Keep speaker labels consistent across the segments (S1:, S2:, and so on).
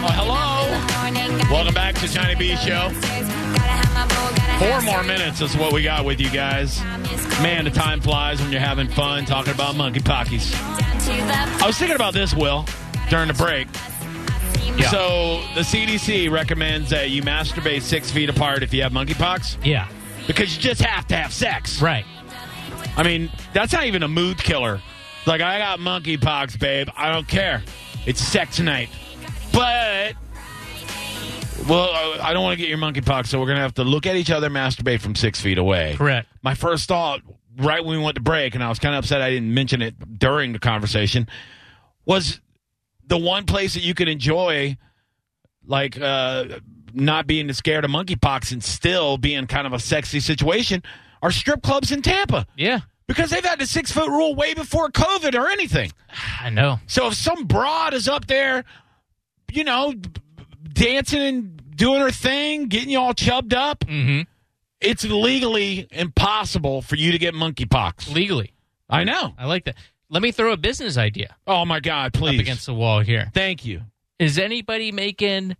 S1: Well, Oh, hello. Welcome back to Johnny B Show. Four more minutes is what we got with you guys. Man, the time flies when you're having fun talking about monkey pockies. I was thinking about this, Will, during the break.
S2: Yeah.
S1: So the CDC recommends that you masturbate six feet apart if you have monkeypox
S2: Yeah.
S1: because you just have to have sex.
S2: Right.
S1: I mean, that's not even a mood killer. Like, I got monkeypox, babe. I don't care. It's sex night. But, well, I- I don't want to get your monkeypox, so we're going to have to look at each other, masturbate from six feet away.
S2: Correct.
S1: My first thought, right when we went to break, and I was kind of upset I didn't mention it during the conversation, was the one place that you could enjoy, like, uh, not being scared of monkeypox and still being kind of a sexy situation are strip clubs in Tampa
S2: Yeah.
S1: because they've had the six foot rule way before COVID or anything.
S2: I know.
S1: So if some broad is up there, you know, b- b- dancing and doing her thing, getting you all chubbed up,
S2: Mhm.
S1: it's legally impossible for you to get monkeypox.
S2: Legally.
S1: I know.
S2: I like that. Let me throw a business idea
S1: Oh my God! Please.
S2: up against the wall here.
S1: Thank you.
S2: Is anybody making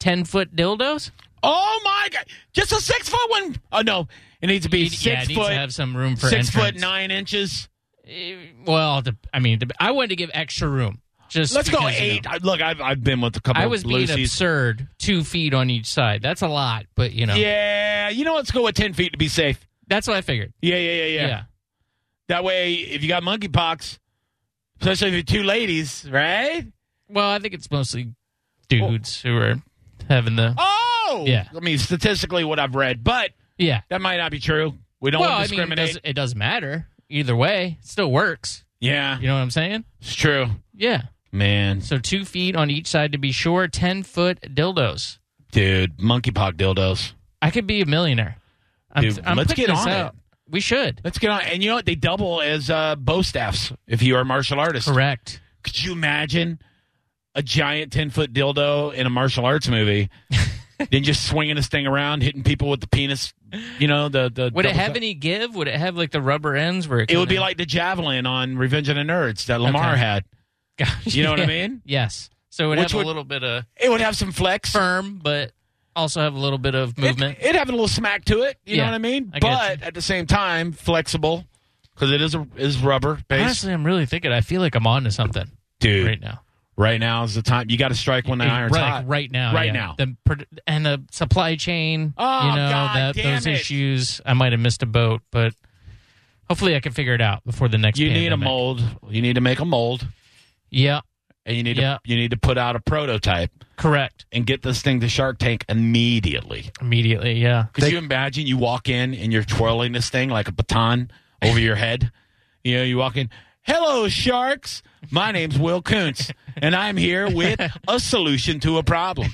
S2: 10 foot dildos?
S1: Oh my God! Just a six foot one. Oh no! It needs to be
S2: Need- yeah, it
S1: six
S2: needs to have
S1: foot,
S2: some room for
S1: six foot
S2: entrance. Eh,
S1: nine inches.
S2: Well, the, I mean, the, I wanted to give extra room. Just
S1: Let's go
S2: because, you know,
S1: eight. I- Look, I've, I've been with a couple.
S2: I was
S1: of
S2: being
S1: Lucy's.
S2: absurd. Two feet on each side. That's a lot, but you know,
S1: Yeah, you know, let's go with ten feet to be safe.
S2: that's what I figured.
S1: Yeah, yeah, yeah, yeah. That way, if you got monkeypox, especially if you're two ladies, right?
S2: Well, I think it's mostly dudes who are having the.
S1: Oh,
S2: Yeah.
S1: I mean, statistically, what I've read, but
S2: Yeah.
S1: that might not be true. We don't
S2: well, I mean, it
S1: discriminate.
S2: doesn't, it doesn't matter either way. It still works.
S1: yeah,
S2: You know what I'm saying?
S1: it's true,
S2: Yeah.
S1: man.
S2: So two feet on each side to be sure. Ten foot dildos.
S1: Dude, monkeypox dildos.
S2: I could be a millionaire. I'm,
S1: Dude,
S2: I'm
S1: let's
S2: putting
S1: get
S2: this
S1: on it.
S2: out. We should.
S1: Let's get on. And you know what? They double as uh, bow staffs if you are a martial artist.
S2: Correct.
S1: Could you imagine a giant ten foot dildo in a martial arts movie? then just swinging this thing around, hitting people with the penis. You know the the.
S2: Would it
S1: double-
S2: have any give? Would it have like the rubber ends where it,
S1: It would be
S2: kinda-
S1: like the javelin on Revenge of the Nerds that Lamar
S2: Okay.
S1: had. You know what I
S2: Yeah.
S1: mean?
S2: Yes. So it would
S1: Which
S2: have
S1: would-
S2: a little bit of
S1: It would have some flex
S2: firm, but also have a little bit of movement.
S1: It, would have a little smack to it. You
S2: Yeah,
S1: know what I mean?
S2: I get
S1: but at the same time, flexible because it is a, is rubber based.
S2: Honestly, I'm really thinking. I feel like I'm on to something
S1: Dude,
S2: right
S1: right,
S2: now.
S1: now is the time. You got to strike when the iron's
S2: right,
S1: hot.
S2: right now,
S1: Right
S2: yeah.
S1: now.
S2: The pro- and the supply chain.
S1: Oh,
S2: you know,
S1: God
S2: that,
S1: damn
S2: those
S1: it.
S2: issues. I might have missed a boat, but hopefully I can figure it out before the next.
S1: You need a
S2: pandemic.
S1: mold. You need to make a mold,
S2: Yeah,
S1: and you need
S2: Yeah.
S1: to you need to put out a prototype
S2: correct.
S1: and get this thing to Shark Tank immediately.
S2: Immediately, yeah.
S1: Could you imagine you walk in and you're twirling this thing like a baton over your head? You know, you walk in, hello, sharks. My name's Will Kuntz, and I'm here with a solution to a problem.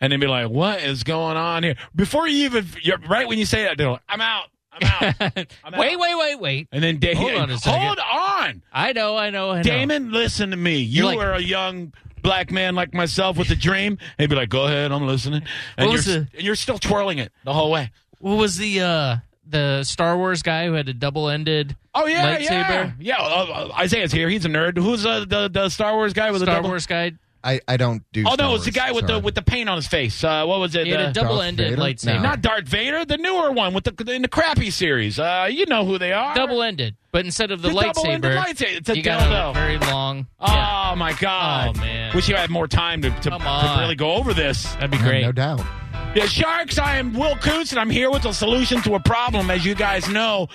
S1: And they'd be like, what is going on here? Before you even, you're, right when you say that, they're like, I'm out. I'm out.
S2: wait,
S1: I'm out.
S2: wait, wait, wait.
S1: And then Damon,
S2: Hold on a second.
S1: hold on.
S2: I know, I know, I know.
S1: Damon, listen to me. You
S2: You're like-
S1: are a young black man like myself with a dream. They'd be like, go ahead, I'm listening. And,
S2: What
S1: you're, and
S2: was
S1: you're still twirling it the whole way.
S2: What was the uh the Star Wars guy who had a double ended?
S1: Oh yeah, yeah,
S2: lightsaber?
S1: yeah. Uh, uh, Isaiah's here. He's a nerd. Who's uh, the the Star Wars guy with the
S2: Star
S1: double?
S2: Wars guy.
S3: I, I don't do.
S1: Oh
S3: Star
S1: no, it's the
S3: Wars,
S1: guy with
S3: sorry.
S1: the with the paint on his face. Uh, what was it?
S2: He had
S1: Uh,
S2: a double ended
S3: Vader?
S2: lightsaber.
S3: No.
S1: not Darth Vader, the newer one with the in the crappy series. Uh, you know who they are.
S2: double ended, but instead of the,
S1: The
S2: lightsaber,
S1: double-ended lightsaber. It's a
S2: you got a
S1: dildo.
S2: very long.
S1: Oh
S2: yeah.
S1: my god!
S2: Oh, man.
S1: Wish you had more time to to,
S2: Come
S1: to
S2: on.
S1: really go over this.
S2: That'd be
S3: Yeah,
S2: great.
S3: No doubt.
S1: Yeah, sharks, I am Will Koontz, and I'm here with a solution to a problem. As you guys know,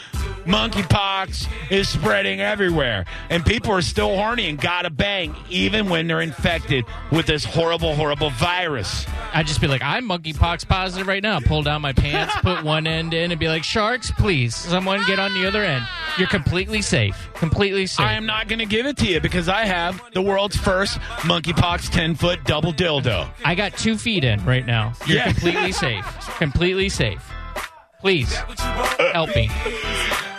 S1: monkeypox is spreading everywhere, and people are still horny and gotta bang, even when they're infected with this horrible, horrible virus.
S2: I'd just be like, I'm monkeypox positive right now. Pull down my pants, put one end in, and be like, sharks, please, someone get on the other end. You're completely safe. Completely safe.
S1: I am not gonna give it to you because I have the world's first monkeypox 10 foot double dildo.
S2: I got two feet in right now. You're
S1: Yeah.
S2: completely safe. Completely safe. Please help me.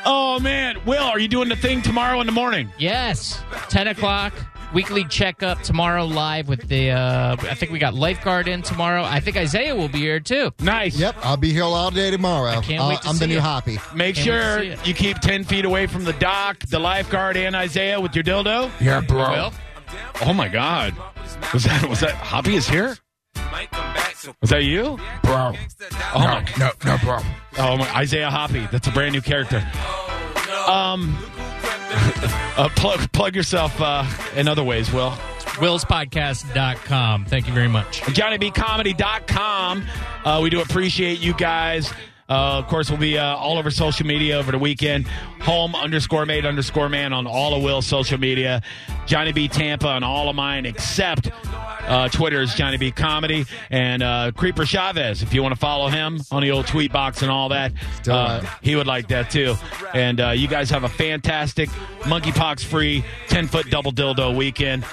S1: Oh man, Will, are you doing the thing tomorrow in the morning?
S2: Yes, ten o'clock weekly checkup tomorrow live with the. Uh, I think we got lifeguard in tomorrow. I think Isaiah will be here too.
S1: Nice.
S4: Yep, I'll be here all day tomorrow. I
S2: can't wait to
S4: I'm the
S2: see
S4: new
S2: it.
S4: Hoppy.
S1: Make
S2: Can't wait to
S1: sure
S2: see it.
S1: you keep 10 feet away from the dock, the lifeguard, and Isaiah with your dildo.
S4: Yeah,
S2: Will,
S1: Oh my God! Was that was that Hoppy is here? Was that you, bro? Oh my,
S4: no, no, bro.
S1: oh my, Isaiah Hoppy. That's a brand new character. Um, uh, plug plug yourself uh, in other ways, Will.
S2: willspodcast.com. Thank you very much.
S1: JohnnyBComedy.com. Uh, we do appreciate you guys. Uh, of course, we'll be uh, all over social media over the weekend. Home underscore made underscore man on all of Will's social media. Johnny B Tampa on all of mine except uh, Twitter is Johnny B Comedy and uh, Creeper Chavez. If you want to follow him on the old tweet box and all that,
S4: Still
S1: uh,
S4: alive.
S1: he would like that too. And uh, you guys have a fantastic monkeypox free 10 foot double dildo weekend.